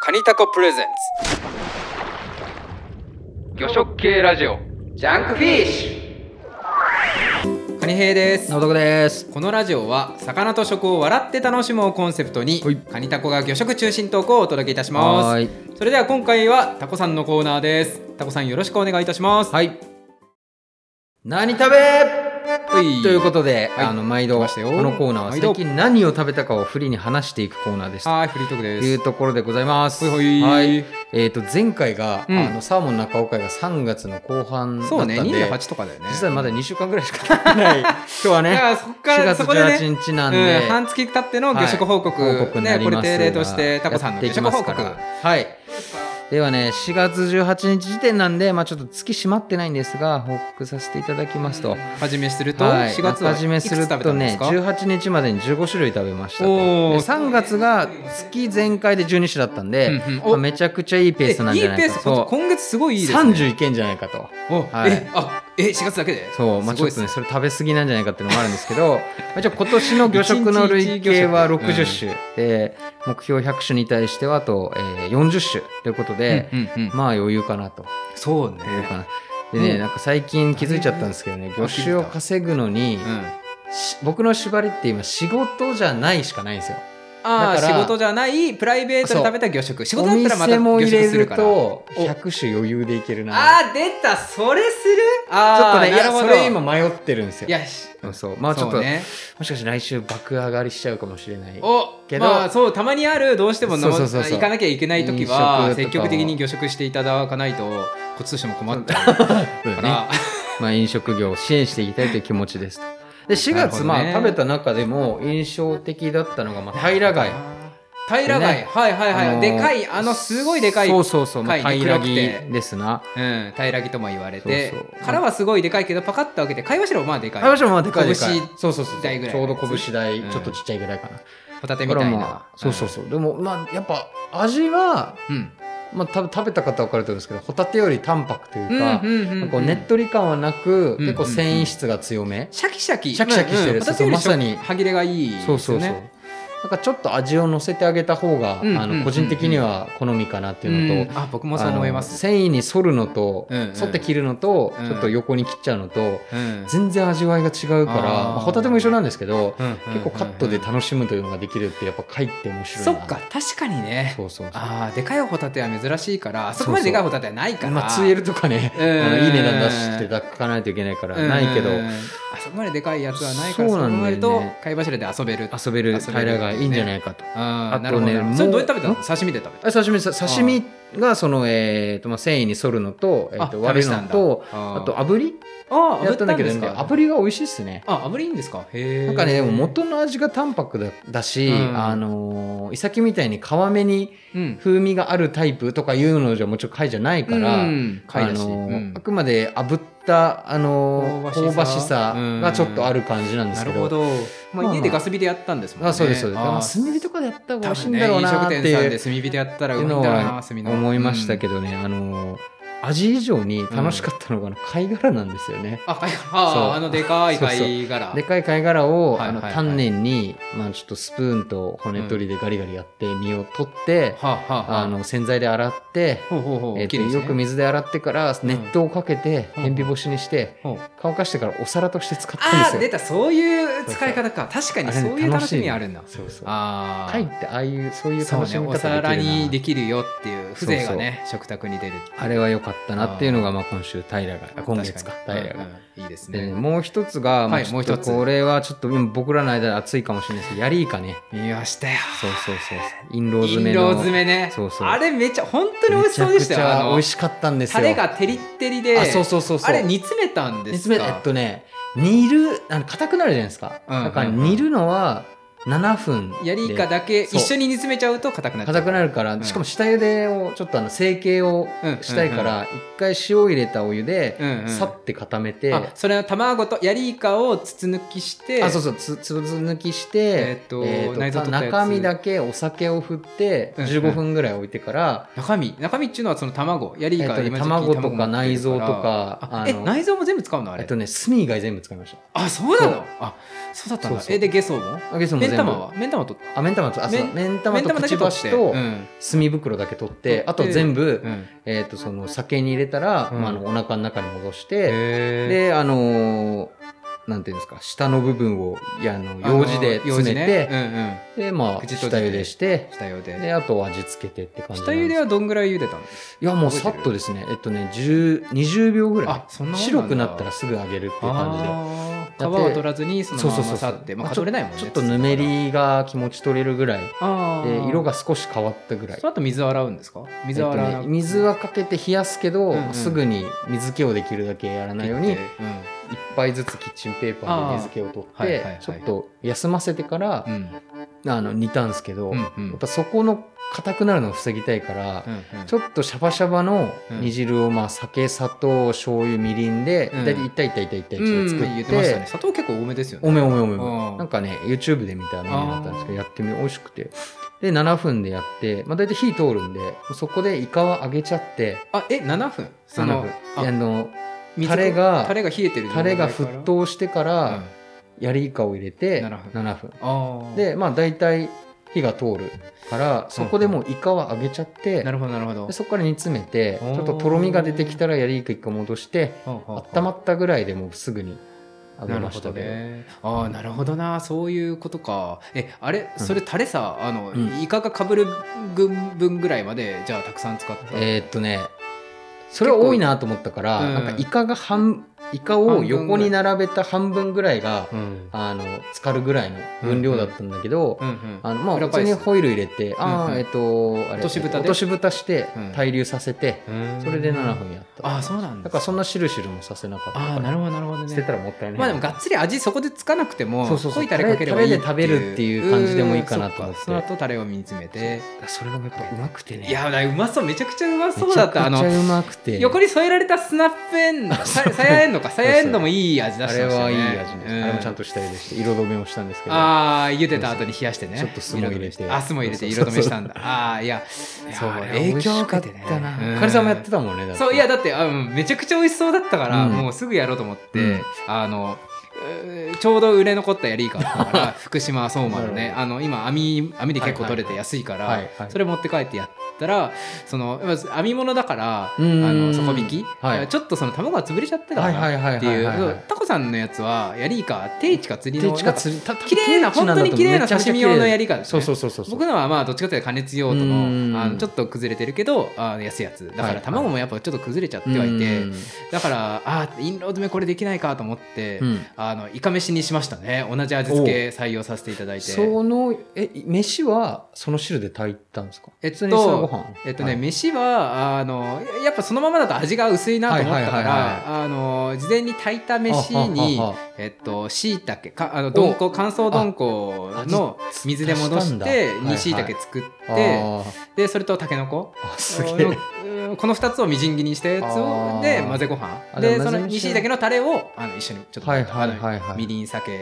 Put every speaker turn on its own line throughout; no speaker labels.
カニタコプレゼンツ魚食系ラジオジャンクフィッシュカニ兵です
のどこです。
このラジオは魚と食を笑って楽しもうをコンセプトに、
はい
カニタコが魚食中心トークをお届けいたします
はーい
それでは今回はタコさんのコーナーですタコさんよろしくお願いいたしますはい
何食べ
と
ということとで、
はい
あの毎
来
度こ
ましたよ
のコーナーは
毎
最
度
近何を食べたかを振りに話していくコーナーです。
はいフリートーク
と
で
いう
す
ところでございます。
ほいほい
はい。えっ、と前回が、
うん
あのサーモン中尾会が3月の後半だった
そうん
で、
ね28とかだよね
実はまだ2週間ぐらいしか経っ てない。今日
だか
はね、
らそっか
4
ら
月
そこでね
18日なんで、
うん、半月経っての魚食報告、
はい報告にな
ね
り
これ
ますが
定例としてタコさんの魚食報告
やっていきますからはいではね4月18日時点なんで、まあ、ちょっと月閉まってないんですが報告させていただきますと、
始めすると、
はい、
4月は
始めするとね
いくつ食べたんで
18日までに15種類食べましたと
おー
で3月が月全開で12種だったんで、
うんうんお
まあ、めちゃくちゃいいペー
す
ス
か
なん
えい
じ
い
ゃない
ペー
か
ス
とそう
今月すごいいいですね
30いけんじゃないかと。
お、
はい
えあえ4月だけで
そう、ま
す
あ、ちょ
ごいで
っと
す
ねそれ食べ過ぎなんじゃないかっていうのもあるんですけ どまあ一応今年の魚食の累計は
一日一魚食
60種、で目標100種に対してはあと、えー40種ということで、
うんうんうん
まあ余裕かなと
そうね
余裕かなでね、
うん
なんか最近気づいちゃったんですけどね魚種を稼ぐのに、
うん、
し僕の縛りって今仕事じゃないしかないんですよ
ああ
だから
仕事じゃないプライベートで食べた魚食仕事
お
だったらまた
店も
魚
入
食
れ
する
る
から
と
お
100種余裕でいけるな
あー出たそれする
ちょっ
あ
と
あ、
ねい
なる
や
ほど
それ今迷ってるんですよ
いやし
うんそうまあちょっと、
そうね
もしかして来週爆上がりしちゃうかもしれない
お
けど
まあそうたまにあるどうしても
そうそうそうそう
行かなきゃいけない時は
飲食とかも
積極的に魚食していただかないとこっちとしても困っちゃうか
そうだね
ら、
まあ、飲食業を支援していきたいという気持ちですと。で4
なるほ
月、
どね
まあ食べた中でも印象的だったのが、まあ、平貝。
平貝、
ね
はいはいはい、
あのー
でかいあのすごいでかい
そうそうそう、まあ、
貝
平木
黒くて
ですな。
うん、平木とも言われて
そうそう
殻はすごいでかいけどパカッと開けて貝柱もまあでかい
あ、もまあでかいでかい
拳。
そうそうそう。ち
台ぐらい
ょうど拳台、
うん
ちょっとちっちゃいぐらいかな。
ホタテ
だ
み
か
た
ら
いな、
まあ、そうそう
そ
そう。でも、まあ、やっぱ味は、
うん、うん
まあ、た食べた方は分かると思うんですけど、ホタテより淡白という
うん
か、
うんうんうん
こうねっとり感はなく、
うん
結構繊維質が強め。
シャキシャキ
シャキシャキして
うん
る
ホタテより
そうそうまさに
歯切れがいいですよね
そうそうそう。なんかちょっと味を乗せてあげた方が、
うん
あ
うん
の個人的には好みかなっていうのと、
うんあ僕もそう思いま
あの
す、
繊維に反るのと、
うんうん
反って切るのと、
うん
ちょっと横に切っちゃうのと
うん
全然味わいが違うから
あー
まあホタテも一緒なんですけど、
うんうんうん
結構カットで楽しむというのができるってやっぱ貝って面白い
そ
な
っか確かにね
そうそうそう
ああでかいホタテは珍しいからあそこまででかいホタテはないから
まあ 2L とかね、
うんうんうん
あのいい値段出して抱かないといけないから、
うん
ないけど
あそこまででかいやつはないからそ,、
そう
こ
なん
ま
だ
で
よね
と貝柱で遊べる
遊べる
遊べる
平がいいんじゃないかと。
ああ
あ
な
と
るほ
ね
ど
もう
それどうやって食べたの刺身で食べた
あ刺身さ刺身がその、えーとまあ、繊維に反るのと,、えー、と割るのとあ
あ
と炙り
あ
やったんだけど、
炙
ね、
たんですか
炙りが美味しいっすね。
あ炙りいいんですかへえ
なんかね、でも元の味が淡白だだし、
うん
あのーイサキみたいに皮目に
うん
風味があるタイプとかいうのじゃもちろん貝じゃないから、
うん貝
あ
だし、
のー
うん
あくまで炙った、あのー
香ばしさ
香ばしさがちょっとある感じなんで
な
すけ
る
ど。
ほど、まあ
まあ
家でガス火でやったんですもんね
あそうですそうです。まあ、
ー
炭火とかでやった方が美
多
味しい
分
ん
ね
だろう
飲
な
食
って
店
い
さん
う,、
で炭火でやったら
っ
う
てい
まい
うん
だ
の
ろう
は
な炭の
思いました
ど、
けどね、あのー味以上に楽しかったのがあの貝殻なんですよね。
うんあ貝殻
そう
あーあのでかい
そうそう
貝殻
でかい貝殻を、
はいはいはい
あの丹念に、まあ、ちょっとスプーンと骨取りでガリガリやって身を取って、
はあ、はあはあ、
あの洗剤で洗って、
ほうほうほう、
えっと
綺麗ですね
よく水で洗ってから熱湯をかけて、
うん
天日干しにして、
ほう
乾かしてからお皿として使ったん
あ
で
あ
す
出
よ。
たそういう使い方か確かに
あれね
そういう楽しみあるんだ
楽しいのそうそう
あ
貝
ー
ってああいうそういう
そう
楽
ね
しみ方
お
できるな
皿にできるよっていう風情がね食卓に出るっていう
あれは良かったなっていうのがまあ今週平があ今月か
確に
平
う
が
ん。うんいいです
でね
ね
もう一つが、ま
は
あ
い
ちょ
もう
っ
一
と
つ
これはちょっと今僕らの間で熱いかもしれないですけどヤリイカね
見ましたよ
そうそうそうそうインロー詰
印
めの
籠詰めね
そうそう
あれめちゃ本当に美味しそうでした
めちゃくち
よ
ゃ美
あ
味しかったんで
の
すよ
タレがテリッテリで
あそうそうそうそう
あれ煮詰めたんです
煮詰
か
めえっとね煮るあの硬くなるじゃないですか、
うんうんうん
だから煮るのは7分
やりイカだけ
そう
一緒に煮詰めちゃうと硬くなっちゃ
硬
う
くなるから、
うん
しかも下茹でをちょっとあの成形をしたいから一、回塩を入れたお湯で、
うんうん
さって固めて、
あそれは卵とやりイカを筒抜きして
あそうそうつつぶつ抜きして、
えっと内臓取ったやつ
中身だけお酒を振って
うんうん
15分ぐらい置いてから、
中身中身っていうのはその卵やりイ
え
カ
っとね
今時期
卵
持
と
ってる
か
ら
内臓とか
あ
あ
え
の
内臓も全部使うのあ
えっ
れ
とね炭以外全部使いました
あそうな
そ
の
う
あそうだったんだ
そうそう
えでゲソも
あゲソも全
目ん
部
玉は目ん玉と
あメン玉とあそう
め
メン玉とくちばしと
うん
墨袋だけ取って
取って
あと全部、
うん
えー、とその酒に入れたら、
うん
まあ、あのお腹の中に戻して、
へ
であのーなんていうんですか下の部分をいやあの
ー
用事で
用
詰
事
め
ね
て、
うんうん
でまあ
口閉じ
下
て
茹でして
下茹で
であと味付けてって感じ
下茹で
は
はどんぐらい茹でたんです
いやもうさっとですねえっとね10 20秒ぐら
あそん
い
なもん
白くなったらすぐ揚げるっていう感じで
あー
だっ
皮
て
は取らずにそのまま
そうそうそ
さ
う
ってまあ
まあ
取れないもんね
ちょっとぬめりが気持ち取れるぐらい
あー
で色が少し変わったぐらい
その後水洗うんですか水洗
えっ
わ
と
な
ね、水はかけて冷やすけど、
うんうん
すぐに水気をできるだけやらないよう
う
に
ん
1杯ずつキッチンペーパーで水気を取って、
あーはいはいはい
ちょっと休ませてから
う、ん
あの煮たんですけど、
うん
や
うん
っぱそこの硬くなるのを防ぎたいから、
うんうん
ちょっとシャバシャバの
うん
煮汁をまあ酒砂糖醤油みりんで、
うん
だいたい一対一対一対一対一
う
で
ん
作
言
っ、
ってましてたね砂糖結構多めですよね
おめおめおめおめ
うん
なんかね YouTube で見たメニューだったんですけどやってみる美味しくてで7分でやって、まあ、大体火通るんでそこでイカは揚げちゃって
あえ7分そ
7
の
分
あ
あの
水
タレが
タレが冷えてる
タレが沸騰してか
う
ら
ん
やりイカを入れて
7分
7分
あー
でまあ大体火が通るからそこでもうイカは揚げちゃって
なるほどなるほど
でそこから煮詰めて
おー
ちょっととろみが出てきたらやりイカ一回戻して温ま
っ
ったぐらいでもうすぐに揚げ
なる
ま
ほ
した
ど
けど
ねああなるほどなそういうことかえあれ
うん
それタレさあの
うん
イカがかぶる分ぐらいまでじゃあたくさん使った
えーっとねそれは多いなと思ったから、
うん
なんかイカが半イカを横に並べた半分ぐらいが
うん
あの浸かるぐらいの分量だったんだけど、
うんうん
あのまあ
裏
普通
返す
にホイル入れて、あ
うんう
あ
ん
えっとあれ
落とし蓋で
落とし蓋して
うん
滞留させて、それで7分やった
ああそうなん
だ
だ
からそんなしるしるもさせなかった
ああ
か
な
ら
るほどなるほど
捨て
ね
たらもったいない
まあでもがっつり味そこでつかなくても
そうそうそう
濃いタレかければいい
タレタレで食べるっていう感じでもいいかなと思
うんそ
って
っかその後タレを煮詰めて
それがやっぱうまくてね
いやだからうまそうめちゃくちゃうま
め
そうだったあ
ちゃくち
の
ゃうまくて
横に添えられたスナップエ ンドささやえんのかさやえんのもいい味出
あ
して
れ
ました
はいい
ね
味です、あれもちゃんと下茹でして色止めをしたんですけど
ああ茹でた後に冷やしてね
ちょっと酢も入れて
あ酢も入れて
そうそ
色
うそう
止めしたんだああいやいや
そう
あれ
影
影響
響
を
か
受
っ
けてね
たな
うん
かりさんもやってたもんねだって
そういやだってあうんめちゃくちゃ美味しそうだったから、
うん
もうすぐやろうと思って、
うん
あのうーちょうど売れ残ったヤリイカだったから 福島相馬の
なる
ね
ほ
あの今網網で結構
はいは
取
い
れて安いから、
はいはい
それ持って帰ってやったらそのまず編み物だからあ
うん
の底引き、
はい
ちょっとその卵が潰れちゃってたか
はい
な
はいはい
って、
はいいうはいはい
タコさんのやつはヤリイカ定位置か釣り
手
の
近
なんか
釣りたた
綺麗な
手
本
んだ
当
と
に綺麗な
めちゃくち
刺
ゃ
身
綺麗
用のやり方です
そ
ね
うそうそうそうそう
僕のはまあどっちかというと加熱用と
うん
のあのちょっと崩れてるけどあの安いやつだ
は
か
いは
ら
い
卵もやっぱちょっと崩れちゃってはいて
うん
だからあーインロードめこれできないかと思って
うん
あのイカ飯にしましたね同じ味付け採用させていただいて
そのえ飯はその汁で炊いたんですか
えっと
普通にそのご飯
えっと
は
ね
い
飯はあのややっぱそのままだと味が薄いなと思ったか
はいはいはい
らあの事前に炊いた飯に
あはは
えっと、椎茸かあのどんこ乾燥どんこの水で戻
足し
し
たんだ
て
はいはい
に椎茸作って、
あー
でそれとたけのこ
あすげえ
うんこの2つをみじん切りにしたやつ
あ
を
ー
で混ぜご飯
あ
で
で
そ
も混ぜ
の
に
に
して
椎茸のタレをあの一緒にちょっと、
はいはいはい
あ
は
の
い
みりん酒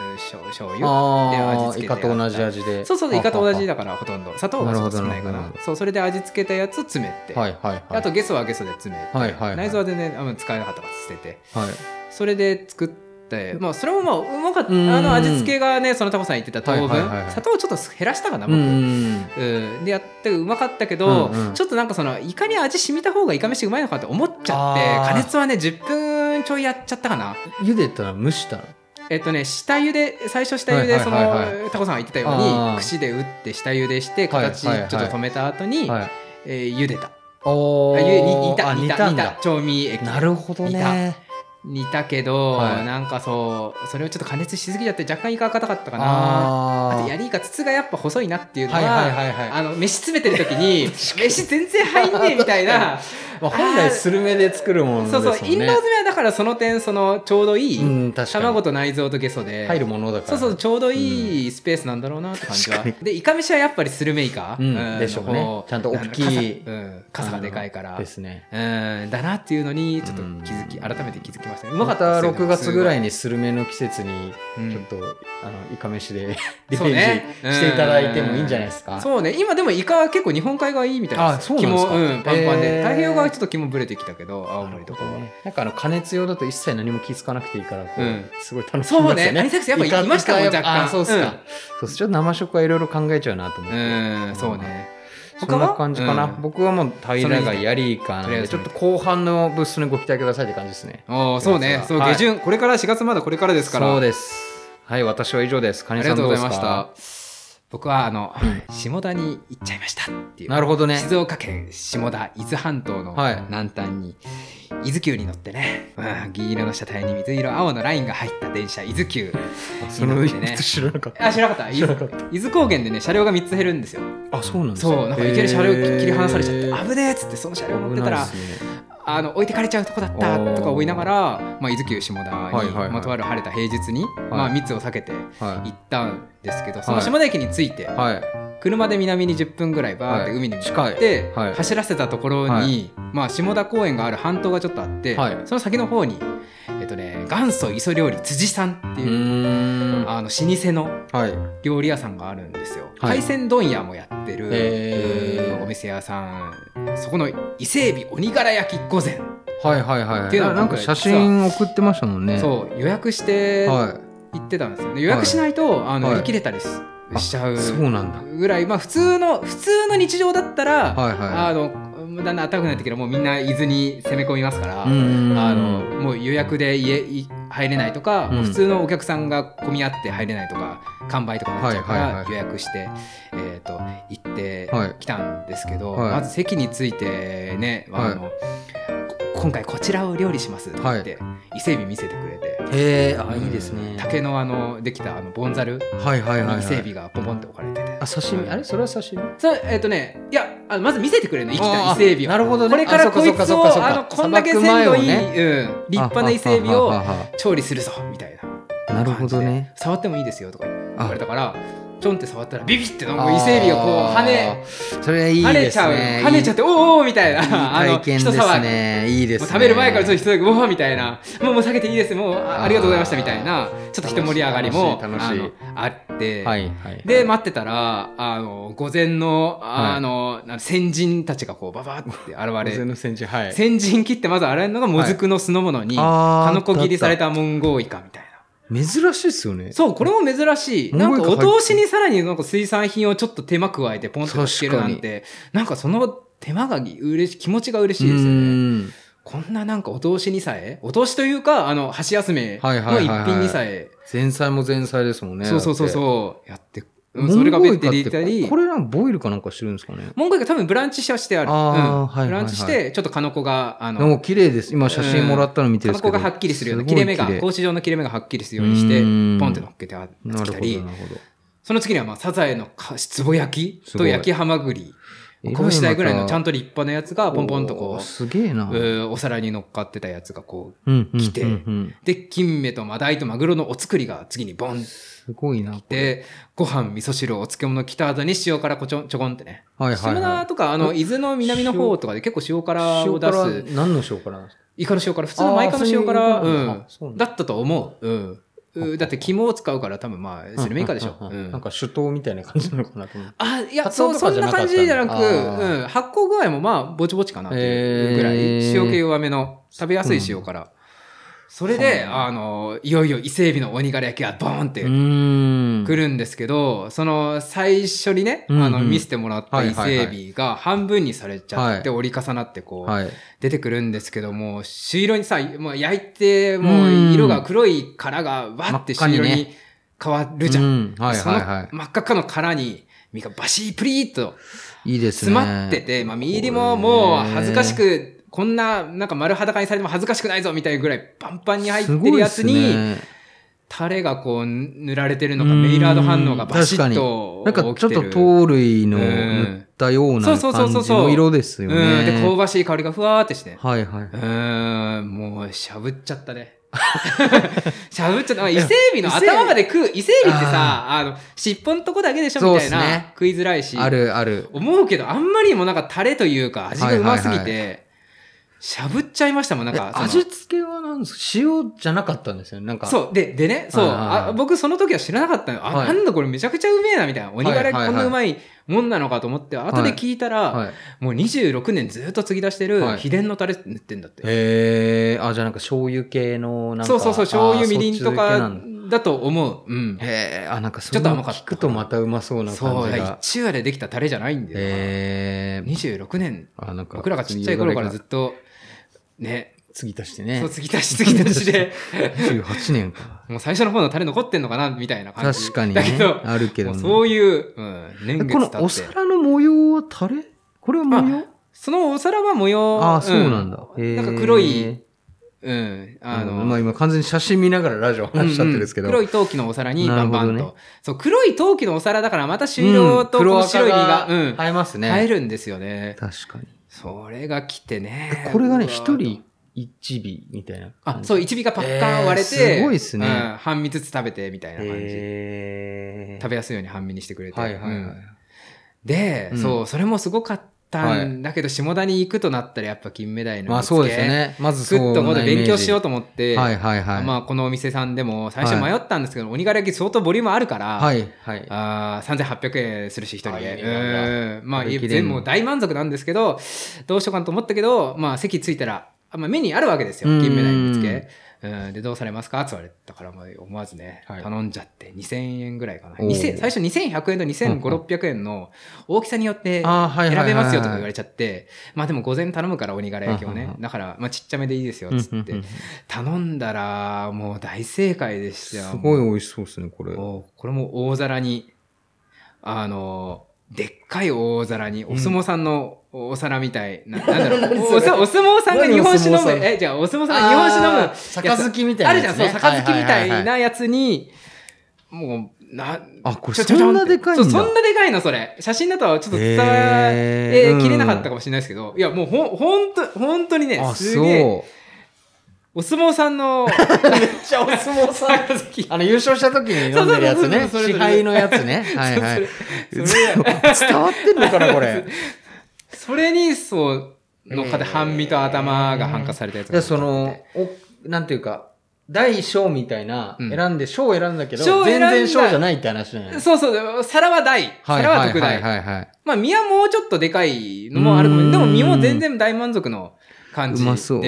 うん醤醤油で
あ
味
あ
付け
イ
て
カと同じ味で
そうそうイカと同じ
だ
だからほとんど砂糖がちょっと少ないか
なるほどなる
な
ほど
そうそれで味付けたやつを詰めて、
はいはいはい
あとゲソはゲソで詰めて、
はいはいはい
内臓は全然あんま使えなかったから捨てて
はい
それで作って、まあ、それもまあうまかった
うん
あの味付けがねそのタコさん言ってた糖分、
はいはいはいはい
砂糖をちょっと減らしたかな
う
僕、うん
ん
でやってうまかったけど、
うんうん
ちょっとなんかそのイカに味染みた方がイカ飯うまいのかって思っちゃ
あー
って加熱はね10分ちょいやっちゃったかな
茹でたら蒸したら
えっとね下茹で最初下茹
は
で
い
そ
はいはい
のタコさんが言ってたよう
あー
に串で打って下茹でして
はいはいはい
形ちょっと止めた後に、
はい
えー茹でた
お
あ
ー
ゆに煮た
あ
煮
煮
た
た
煮
ん
た
だ
調味液
なるほどね
似たけど、
はい
なんかそうそれをちょっと加熱しすぎちゃって若干イカが硬かったかなあ
あー
とヤリイカ筒がやっぱ細いなっていうのは,、
はいはいはいはい
あの飯詰めてる時に 飯全然入んねえみたいな
まあ、本来スルメで作るものです
そ
も
うん
ね
そうインロー詰めはだからその点そのちょうどいい、
うん確かに
卵と内臓とゲソで
入るものだか
そ
ら
うそうちょうどいいスペースなんだろうなって感じは、
確
でイカ飯はやっぱりスルメイカ、
うん
の
でしょうね
こ
ちゃんと大きい
なんか傘,、うん、傘がでかいから
ですね
うんだなっていうのにちょっと気づき、
うん
改めて気づきましたねうま
ま
か
か
っ
ったた
ですよ
6月ぐら
で
いにスルメの季節に
もすごい
ち
う
ょっ
ん
と、あのイカ飯でリベンジ
そうね
していただいてもいいんじゃないですか
そうね今でもイカは結構日本海側いいみたいです
あそうなんですか
肝うんパンパンで、
へー
太平洋側はちょっと気もぶれてきたけど、青森とかは。
なんかあの加熱用だと一切何も気付かなくていいから、こう
うん
すごい楽しみ
そ
ま
う
すよ
ね。アニ
ね。
サックスやっぱいましたもん、
イカ
若干。
あそうっすか、そうっすちょっと生食はいろいろ考えちゃうなと思っ
う
て、
ん。うん、そうね。
そんな感じかな、
うん
僕はもう平らがやりかな
そ
ん
れ以
で
外
ちょっと後半のブースにご期待くださいって感じですね
ああ、そうね。そう、
はい
下旬、これから4月まだこれからですから。
そうですはい私は以上ですカ
あ
ニ
り
さ
がと
ん
う
ど
ござ
うで
い
す
ました
か。
僕はあの、下田に行っちゃいましたっていう。
なるほどね
静岡県下田伊豆半島の
はい
南端に、伊豆急に乗ってね、うん、銀色の車体に水色青のラインが入った電車伊豆急
そ
に乗
の
ってね
一つ知らなかった
あ知らなかった伊
知らな
豆
かった
伊豆高原でね車両が3つ減るんですよ
あそうなんです
そうなんかいきなり車両切り離されちゃって、
ぶ
危ねえっつってその車両乗ってたら、
ね、
あの置いてかれちゃうとこだった
おー
とか思いながら、まあ、伊豆急下田に、
いはいはい
まあとある晴れた平日に、まあ、密を避けて
は
行
い
ったんですけど、その下田駅に着いて、
はい
車で南に10分ぐらいバーって
はい
海に向か
近
っ
い
て、
はい
走らせたところに、
はい
まあ、下田公園がある半島がちょっとあって、
はい
その先の方に、えっとね、元祖磯料理辻さんってい
う
う、
ーん
あの老舗の
はい
料理屋さんがあるんですよ、
はい
海鮮問屋もやってる、
へー
お店屋さんそこの伊勢海老鬼柄焼き御膳、
はいはいはい
っていうのが
なんか写真送ってましたもんね
そう予約して
は
行ってたんですよね予約しないと、あの
はい
売り切れたりししちゃう
いそうなんだ
ぐらいまあ普通の普通の日常だったら、
はいは
あのだんだん暖かくなってきたらもうみんな伊豆に攻め込みますから、
いうん
あのもう予約で家い入れないとか、
うん
普通のお客さんが混み合って入れないとか完売とかなっちゃうか
はいはい
ら
はい
予約して、えー、と行って
はい
きたんですけど、
はい
まず席についてね、あのこ今回こちらを料理しますって言って、伊勢海老見せてくれて。
へえあいいですね
竹のあのできたあのボンザル
はいはいはいは
に
い
伊勢海老がポンポンって置かれてて、
あ刺身あれそれは刺身
それえっ、とねいやあのまず見せてくれるの生きた伊勢海老を
なるほどね
これからこいつをあのこんだけ鮮度いい、
ね
うん、立派な伊勢海老を
あはははは
調理するぞみたいな感じで
なるほどね
触ってもいいですよとか言
あ
われたからちょんって触ったらビビってなんか伊勢海老がこう跳ね
あーそれはいい
跳
で
ね
す
ちゃう
ね
跳ねちゃっておーおーみたいなあ
いい
の
体験
人
で
騒
す
ぎ
ねいいで
もう
すね
食べる前からちょっと人騒ぎうわーみたいなもうもう避けていいですもうあありがとうございましたみたいなちょっと一盛り上がりも
楽しい楽しい
あのあって、
はいはい
で待ってたらあの午前のあの、なんか先人たちがこうババーって現れ
の戦時はい
先人切ってまず洗えるのがもずくの酢の物に、
あー
かのこ切りされたモンゴウイカみたいな。
珍しいですよね
そう、これも珍しい。
モ
な
ンゴ
ん
ウイ
か
カ
お通しにさらになんか水産品をちょっと手間加えてポンとつけるなん
確
て、なんかその手間が嬉しい、気持ちが嬉し
う
いですよね。
ーん
こんななんかお通しにさえ、お通しというか、あの、箸休め
はいは
の
い
一
はいはい
品にさえ、
前菜も前菜ですもんね
そうそうそう
う
そう、やって、うんそれがベッて出たり
こ、れなんかボイルかなんかしてるんですかね
モンゴウイカ多分ブランチしはしてある。
あーはいはいはい
ブランチして、ちょっとかのこが、あの、
なんか綺麗です今写真もらったの見て
タ
る
バ
んですけ
コ
ど
がはっきりするような
すご
切
い
れ目が
綺麗
格子状の切れ目がはっきりするようにして
うーん
ポンって乗っけてあ
な
き
る
た
ほど
り
なるほど
その次にはまあサザエのかつぼ焼き
す
と
ごい
焼きハマグリ
えらい
拳台ぐらい
ま
の
た
ちゃんと立派なやつがポンポンとこ
おー
う
すげえな
うーお皿に乗っかってたやつがこう
うんうん
来て
うんうん
で金目とマダイとマグロのお作りが次にボンっ
すごいなこれ
てご飯味噌汁お漬物北あざに塩辛こちょちょこんってね
はい
下
はいは
田とかあの伊豆の南の方とかで結構塩辛
い
を出す
何の塩辛なんですか
イカの塩辛普通のマイカの塩辛
あーそう
う
いうあ
ん
そうなんだ
だったと思う。うんう。だって肝を使うから多分まあ、スルメイカでしょ。
うんうん
う
うん
ん
なんか酒盗みたいな感じなのかなと思って。
あ、いや、
カツ
そ
オ
う
と
そ
か
ん
じ
な
ゃなかった
感
んだ
じじゃなく、
あー
うん発酵具合もまあ、ぼちぼちかなっていうぐらい、
へー
塩気弱めの、食べやすい塩辛。それで、あの、いよいよ伊勢海老の鬼柄焼きがボーンって
うーん
来るんですけど、その最初にね、
うんうん
あの、見せてもらった伊
はい
勢
はいは
海老が半分にされちゃって、
は
折り重なってこう、
はい。
出てくるんですけども朱色にさもう焼いてもう色が黒い殻がわーって
真
朱
っ赤に
色
ね
に変わるじゃん。
うんはい
その
はいは
真っ赤っかの殻に身がバシープリーっと
い。いいですね。
詰まってて、まあ、身入りももう恥ずかし
こ
くこんななんか丸裸にされても恥ずかしくないぞみたいなぐらいパンパンに
れ
入ってるやつ
すごいっ
に、
すね
タレがこう塗られてるのかメイラード反応がバシッと
なんか
起
ちょ
き
って
る
と糖類の
うん
塗ったような
そうそうそう
感
そう
じ
そう
の色ですよね。
うんで香ばしい香りがふわーってして。。
はいはいう
ーん、もう、しゃぶっちゃった ね。しゃぶっちゃった。まあ伊勢海老の
伊勢海老
頭まで食う、伊勢海老ってさ、あの、尻尾のとこだけでしょみたい
そうっす
な
ね。
食いづらいし。
あるある。
思うけど、あんまりにもなんかタレというか、味がうますぎ
はいは
て、しゃぶっちゃいましたもん、なんか。
え味付けはなんですか塩じゃなかったんですよね。なんか。
そう。で、でね、そう。
はいはいはい
あ僕、その時は知らなかったのよ。あ、
はい
なんだこれめちゃくちゃうめえな、みたいな。鬼
は
柄
いはいはい
こんなうまいもんなのかと思って、後で聞いたら、
はい。
もう26年ずっと継ぎ出してる
はい
秘伝のタレ塗ってんだって。
へえ。あ、じゃあなんか醤油系のなんか。
そうそうそう、醤油、みりんと
あーそっち系
か
なんだ
だと思う。うん。
へえ。あ、なんかそ
ちょっと甘かった
聞くとまたうまそうな
そ
感
う、
じ
だから
が。
一話でできたタレじゃないんだよ。
へえ。
26年。
あ、なんか。
僕らがちっちゃい頃からずっと、ね、
継ぎ足してね
そう、。継ぎ足し継ぎ足し で、
28年か。
もう最初の方のタレ残ってんのかな、みたいな感じ。
確かに
だけ
ね
ど。、
あるけど
もう
ね。
そういう、うん、年
え
月
こ
経っ
の
て
お皿の模様はタレこれは模様
そのお皿は模様
ああ、そうなんだ。
う
へえ
なんか黒い。うんあの、
うんまあ今完全に写真見ながらラジオ話しちゃってるんですけど。
うんうん黒い陶器のお皿にバンバンと、
なるほど
そう黒い陶器のお皿だからまた朱色とこの白い身が、
うん
う
黒
ん
赤映えますね。
入るんですよね
確かに。
それが来てね
これがね、
うわ
一人一尾みたいな
あ
感じ。
そう
う、
一尾がパッカン割れて、
えーすごいっすね
うん、半身ずつ食べてみたいな感じ、
えー、
食べやすいように半身にしてくれて、
はいはいは
うん
い。
で、
うん
そうそれもすごかったんだけど、下田に行くとなったらやっぱ金目鯛の
まあそうですよね。まず
すっ
そう。
と思って勉強しようと
と
思っ
思
て、
はいはいはい。
まあ、このお店さんでも最初迷ったんですけど、鬼柄焼き相当ボリュームあるから、
はいはい。
あー3800円するし一人
あいい
で
ね
うんまあ
食べきれん
全部大満足なんですけどどうしようかなと思ったけど、まあ、席着いたら、あまあ、メニューあるわけですよ
うん
金目鯛の煮つけ。うん、でどうされますかって言われたからもう思わずね、
はい
頼んじゃって2000円ぐらいかな
おー
2000最初2100円と2500600円の大きさによって
あーはいはい
選
はい
べますよとか言われちゃってまあでも午前頼むから鬼柄焼きを
うん
ね
うんう
だから、まあ、ちっちゃめでいいですよ
うん
っつって
うんうん
頼んだらもう大正解でしたよ
すごい
も
美味しそうですね、これ。
うもうこれも大皿にあのでっかい大皿にお相撲さんのお皿みた いな、なんだろうおお相お相撲さんが日本酒飲む
何お相撲さん
えじゃあお相撲さんが日本酒飲むやつ
み
あるじゃんそう杯みたい
な。
なやつにもうな
あ、これ
ちょちょちょ
そんなでかいんだ。
そうそんなでかいのそれ写真だとちょっと伝え
へー
きれなかったかもしれないですけど、いやもうほんほんと本当にね
あ、
す
そう。
げえ
め
お相撲さん の
っちゃお相 撲さん。
杯
あの、優勝した時に飲んでるや
そ
つね。
うそうそうそうそれそれ
支配のやつね。はいはい。
それそれ
伝わってんのかな、こ れ。
それに、そう、のっかって半身と頭が反化されたやつが
で、その、お、なんていうか、大小みたいな、
うん
選んで、小を選んだけど、
小を選
全
んだ
然小じゃないって話なんや。
そうそう、皿は大。
はい
皿は特
は
大。
いはいはいはい。
まあ、身はもうちょっとでかいのもあるかもしれない。でも
うん
身も全然大満足の感
う
じで。
まそう。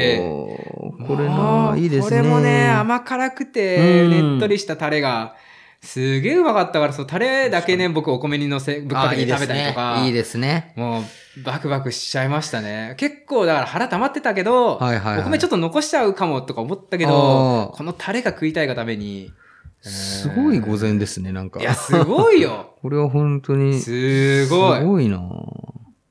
これな
あ、ー
いいですね。
これもね、甘辛くて、
うん
ねっとりしたタレが、すげえうまかったから、そう、タレだけね、僕お米にのせ、ぶっかけて食べたりと
あ
か。
いいですね。
もう、バクバクしちゃいましたね。結構、だから腹溜まってたけど、
はいはいはい
お米ちょっと残しちゃうかもとか思ったけ
あ
ど
ー、
このタレが食いたいがために。
いいですねすごい午前ですね、なんか。
いや、すごい よ
これは本当に。
すごい
すごいな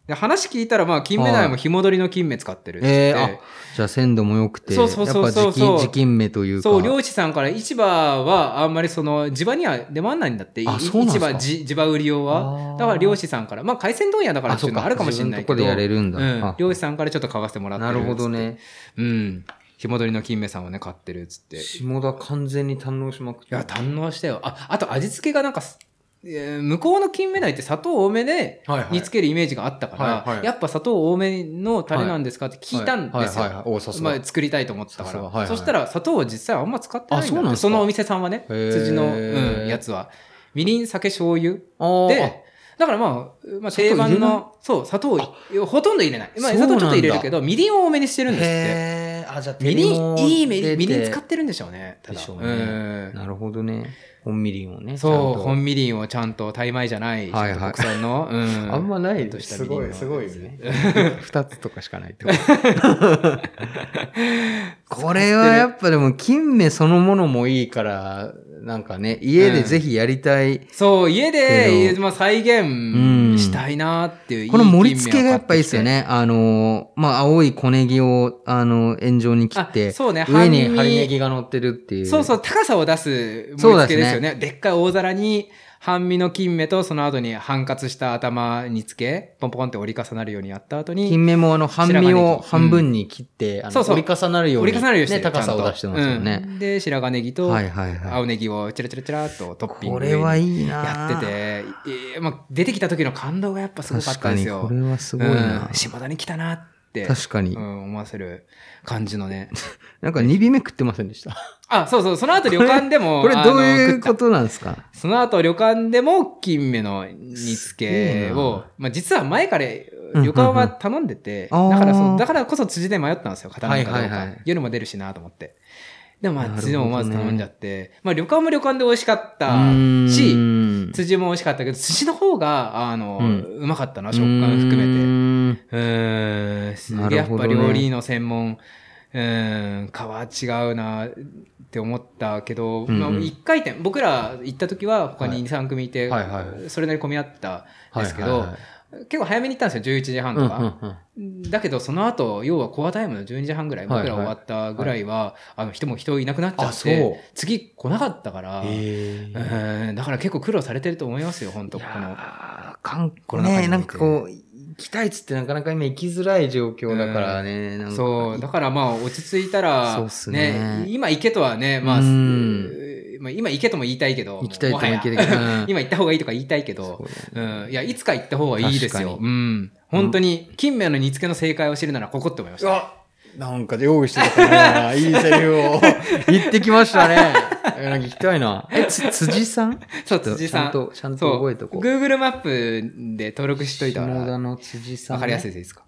で話聞いたら、まあ、金目鯛も日戻りの金目使ってるっつって。
えー、あ、じゃあ鮮度も良くて、
そうそうそうそう
やっぱ時期時勤目というか。
そう、漁師さんから市場はあんまりその、地場には出回んないんだって。い
あそうなんす
市
か
場、じ地場売り用
あ
は。
ー
だから漁師さんから、まあ海鮮問屋だからっていうのはあるかもしれないけど。
あそうか自分のとこでやれるんだ
うん
あ。
漁師さんからちょっと買わせてもらってる
な
っつ
る
って
ほど。ね。
うん。日戻りの金目さんをね、買ってるっつって。
下田完全に堪能しまくっ
い
て
や、
る。
堪能したよ。あ、あと味付けがなんかす、えー向こうの金目鯛って砂糖多めで
はいはい
煮つけるイメージがあったから、
はいはい
やっぱ砂糖多めのタレなんですかって聞いたんですよ。
はいはいはいはいおさすが
まあ、作りたいと思ってたか
さす
ら、
がはいはい
そしたら砂糖を実際あんま使ってないんだって
あそうなんですか
そのお店さんはね、
へー
辻の、うん、やつは。みりん、酒、醤油。
あー
で、だからまあ、まあ、
砂糖
定
入れない
番の、そう、砂糖をほとんど入れない。まあ、
そうな
砂糖
んだ
ちょっと入れるけど、みりんを多めにしてるんですって。
へーあ、じゃあ
み
照
り
り
ん、
も
いいみり
出
ん
て
みりん使ってるんでしょうね。ただ
でしょう
う
ね
ん
なるほどね。本みりんをね。ちゃん
そう、
と
本みりんをちゃんと、タイ米じゃない、
はいはい
ちゃんと国産の、うん
あんまない
ちゃんとした
すごい、すごいよ
みりんの
ね。 二つとかしかないって ことこれはやっぱでも、金目そのものもいいから、なんかね、家でぜひやりたい。
そう、家
け
で、
ど
まあ、再現したいなっていう、
この盛り付けがやっぱいい
で
っすよ。ね。あのー、まあ、青い小ネギを、あの、円状に切
あ
って、、
そうね、
上に
半身
針ネギが乗ってるっていう。。
そうそうう、高さを出す
そ
盛り付
うですね
けですよね。でっかい大皿に、半身の金目と、その後に半割した頭につけ、ポンポンって折り重なるようにやった後に、
金目もあの、半身
白髪ネ
を
ギ
半分に切って、あの
そうそう
折り重なるように。
折り重なるようにして、
ね、高さを出してますよ
う
ね。
んで、白髪ネギと
は、いはいは
青
い。
ネギをチラチラチラっとトッピング
こ
に。
れはいいな
やってて、えーまあ、出てきた時の感動がやっぱすごかっ
確
た
か
んです
に、
よ。
これはすごいな、
うん下田に来たなっって、
確かに
う。ん、思わせる感じのね。
なんか2尾目食ってませんでした。
あ、そうそう、その後旅館でも、
これどう
あ
い
の
うことなんですか
その後旅館でも金目の煮付けを
すげえな、
まあ、実は前から
うん
旅館は頼んでて、
あー
だからそうだからこそ辻で迷ったんですよ刀かどうか、
はいはいはい
夜も出るしなと思ってでもまあ
なるほど
辻
ね
でも思わず頼んじゃって、まあ、旅館も旅館で美味しかった
う
し
ーん
辻も美味しかったけど辻の方があの、
う
うんまかったな食感含めて。
めて。
うーん、す
な
げえ
る
やっ
ほど
ぱ
ね
料理の専門、うーん、皮違うなって思ったけど、
うんうん
まあ、1回転、僕ら行った時は他
はい
に2、3組いて、
はいはい
それなりに混み合ったんですけど、
はいはいはい
結構早めに行ったんですよ、11時半
う
と
んう
か。
んうん
だけど、その後、要はコアタイムの12時半ぐらい、
はいは
僕
い
ら終わったぐらいは、あの人も人いなくなっちゃ
あ、
っ
そ
て、
う。へ
次来なかったから、
え
う。ーんだから結構苦労されてると思いますよ、本当この。
あ韓
コ
国
ロナ禍におい
ね、
て
なんかこう、行きたいっつってなかなか今行きづらい状況だからね。なんか
そう、だからまあ落ち着いたら、
そうっすね
今行けとはね、まあ、
うん
うまあ今行けとも言いたいけど、
行きたいとも
もは
行
や
けたけど。う ん
今行った方がいいとか言いたいけど、
そう
う
だよね
ん、いや、いつか行った方がいいですよ
確。
う
か
ん。本当に、金目の煮付けの正解を知るならここって思いました。
あ
なんか用意してた から、いいセリフを。
行ってきまし たね。えなんか行きたいな。え、つ辻さん
そう、
ちょっと
辻さん。
ちゃんと、ちゃん
そ
と
う
覚えとこう。
Google マップで登録しといたか
下田
ら、
の辻さん、
わかりやすい
い。
ですか。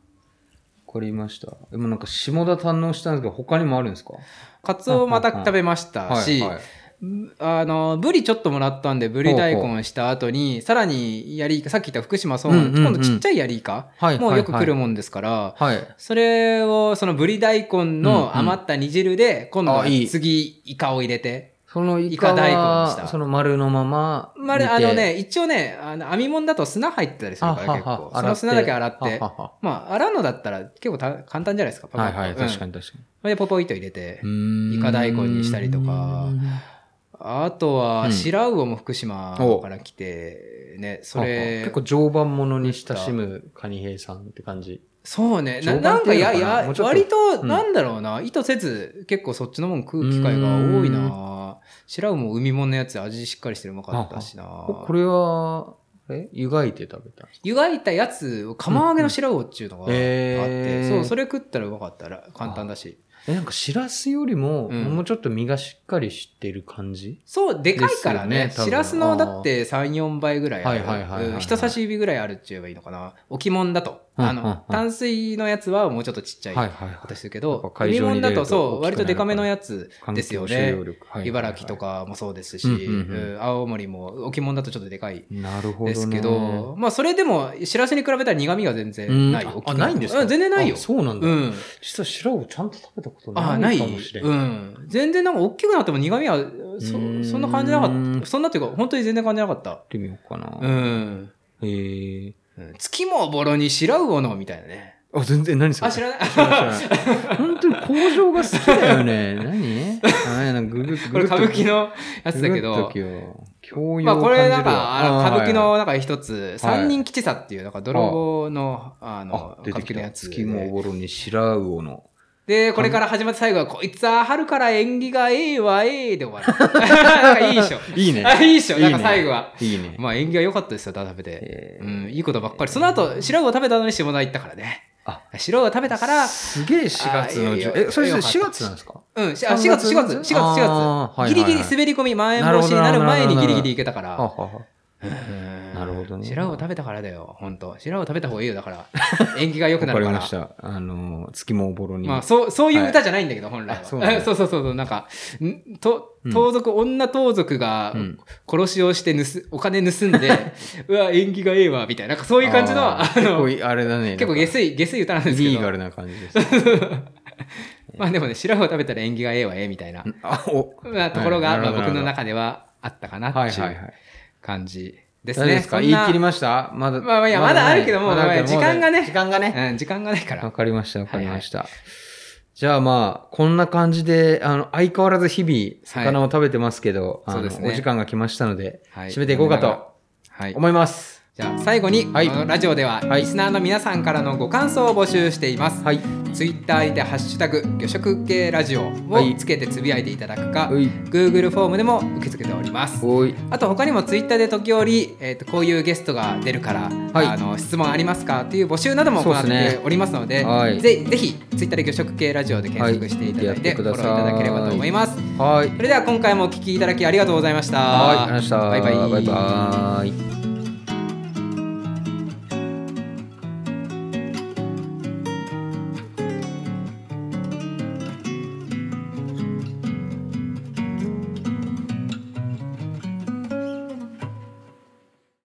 わかりました。でもなんか下田堪能したんですけど、他にもあるんですか
カツオまた食べましたし、
はいはい
あの、ブリちょっともらったんで、ブリ大根した後に、さらにヤリイカ、さっき言った福島そう
うんうんうん
今度ちっちゃいヤリイカ、
はい
もうよく来る
も
もんですから、
はい。
それを、そのブリ大根
うんうん
の余った煮汁で、今度は
あいい
次、イカを入れて。
そのイ
イ
カ
カ大根
は
にした
その丸のまま
ま
煮
あ、あ
て
のね、一応ね、あの、編み物だと砂入ってたりするから結
あはは
構。そ
洗っ
の
て
砂だけ洗っ
は
て。
はは
まあ、洗うのだったら結構た簡単じゃないですか、パパ
は
ッ
い
と。
はい、
うん
確かに確か
それでポポイと入れて。
に。
イカ大根にしたりとか
うん
あと
う
は、
ん
白魚も福島
お
から来て、ね、そ
はは
れ。
結構常磐ものに親しむカニ兵さんって感じ。
そうね。な
常
な
磐っ
ん
て
か
いうのか
や、
な
や
もうちょっと
割と、
うん
なんだろうな、意図せず、結構そっちのもん食う機会が多いな。白魚も海物のやつ、味しっかりしてるうまかったしな。
ここれは、え湯がいて食べたんですか
湯がいたやつを、釜揚げの白魚っていうのがあって、
へー
そう、それ食ったらうまかったら、簡単だし。
え、なんかしらすよりも、
うん
もうちょっと身がしっかりしてる感じ
そう、でかいからね。
ですよね多分
しらすの、だって3、4倍ぐらいある。
はいはいはいはい
うん人差し指ぐらいあるって言えばいいのかな。置物だと。
うん
あ
うんうん
の、淡水のやつはもうちょっとちっちゃい
はいはいはい。
形するけ
やっぱ
ど、
会
海
場
物
に出
だ
ると
と、そう、
大
割
きくなるのかな
とデカめのやつ
環境
ですよ
収
ね
容。力。はいはいはい
茨城と。かもそうですし、
うんうんうん
うん青森も置物だとちょっとでかい
なるほど、ね。
ですけど、まあそれでもしらせに比べたら苦味が全然ない、
うん
大きく
あ、
も
ないんですか
う全然ないよ
あそうなんだ。
うん
実は白をちゃんと食べたこと
あな
ないいかもしれん。
う
い
ん、全然なんか大きくなっても苦味はそ
うん
そんな感じなかったそんなっていうか本当に全然感じなかった
ってみようかな。
うん、
へえ。
うん、月もボロに白魚のみたいなね
あ、全然、何それ
あ知らない
知らない知らない本当に工場が好きだよ ね。何あなんかググ
これ歌舞伎のや
や
つだけど
教養
まあこれなんかあの
あー
歌舞伎
は
のなんか一つ「三人吉さ」っていうなんか泥棒のあ
い
の
はいあ、出
歌舞
てき
伎の
た。
やつ
月もおぼろに白魚の。
で、これから始まって最後は、こいつは春から縁起がええわええで終わる。 なんかいいでしょ。
いいね。
あいいっしょなんか最後は。
いいね。
まあ縁起が良かったですよ、食べて。
え
う
ー
ん、いいことばっかり。その後、白魚食べたのに下田行ったからね。
あ
白魚食べたから、
すげえ4月の
あいや
10
いや
え、それ
よか
4
った
月なんですか
うん、しあ
3
4月、4月、4月、4
あーは
月。
いはいは
ギリ
い
ギリ滑り込み、まん延防止になる前にギリギリ行けたか
はは
ら。
は
うん
なるほどね
白魚食べたからだよ、本当白魚食べた方がいいよ、だから。縁起が良く
わ
な
か
る
り
から
まし。た。あの、月もおぼろに。
まあ、そう、そういう歌じゃないんだけど、本来
あ
は。
そ
そうう
なんだ
そうそうそう、なんか、んと、盗賊、女盗賊が
うん
殺しをして盗、お金盗ん で、うわ、縁起がええわ、みたいな、なんかそういう感じの、
あ
あ
ー
の、
結構、あれだね。
結構下水、下水歌なんですけ
リーガ
ど、
ルな感じですね。
まあでもね、白魚食べたら縁起がええわ、ええ、みたいな、
あ、お。
まあ、ところが、
はいな
まあ
るほ
僕
ど
の
なる
中ではあったかな
はい
ってい
はいは
う
い。
感じです
大丈夫
ね。
ですか
そん
言い
な
切りましたまだ。
まあまあいやまだあるけども
まだない
まあ時間がね
時間がね。
うん、時間がないか
わ
ら。
かりました、わかりました。じゃあまあ、こんな感じで、あの、相変わらず日々、魚を食べてますけど、
はい
あの
そうですね
お時間が来ましたので、
はい
締めていこうかと
はい。
思います。
じゃあ最後に、
はい
このラジオでは、
はい
リスナーの皆さんからのご感想を募集しています、
はい。
ツイッターで「ハッシュタグ魚食系ラジオ」
はい
をつけてつぶやいていただくか、
おい。
Google フォームでも受け付けております
おい。
あと他にもツイッターで時折、えー、とこういうゲストが出るから、
はい
あの質問ありますかという募集なども行
そう
っ
ですね
ておりますので
はい
ぜぜひツイッターで魚食系ラジオで検索していただい
はい
て,、
見てやってく
フォ
だ
ロー
さい
いただければと思います
はい。
それでは今回もお聞きいただきありがとうございました
はい。ありがとうございました。
バイバイ
バイバイ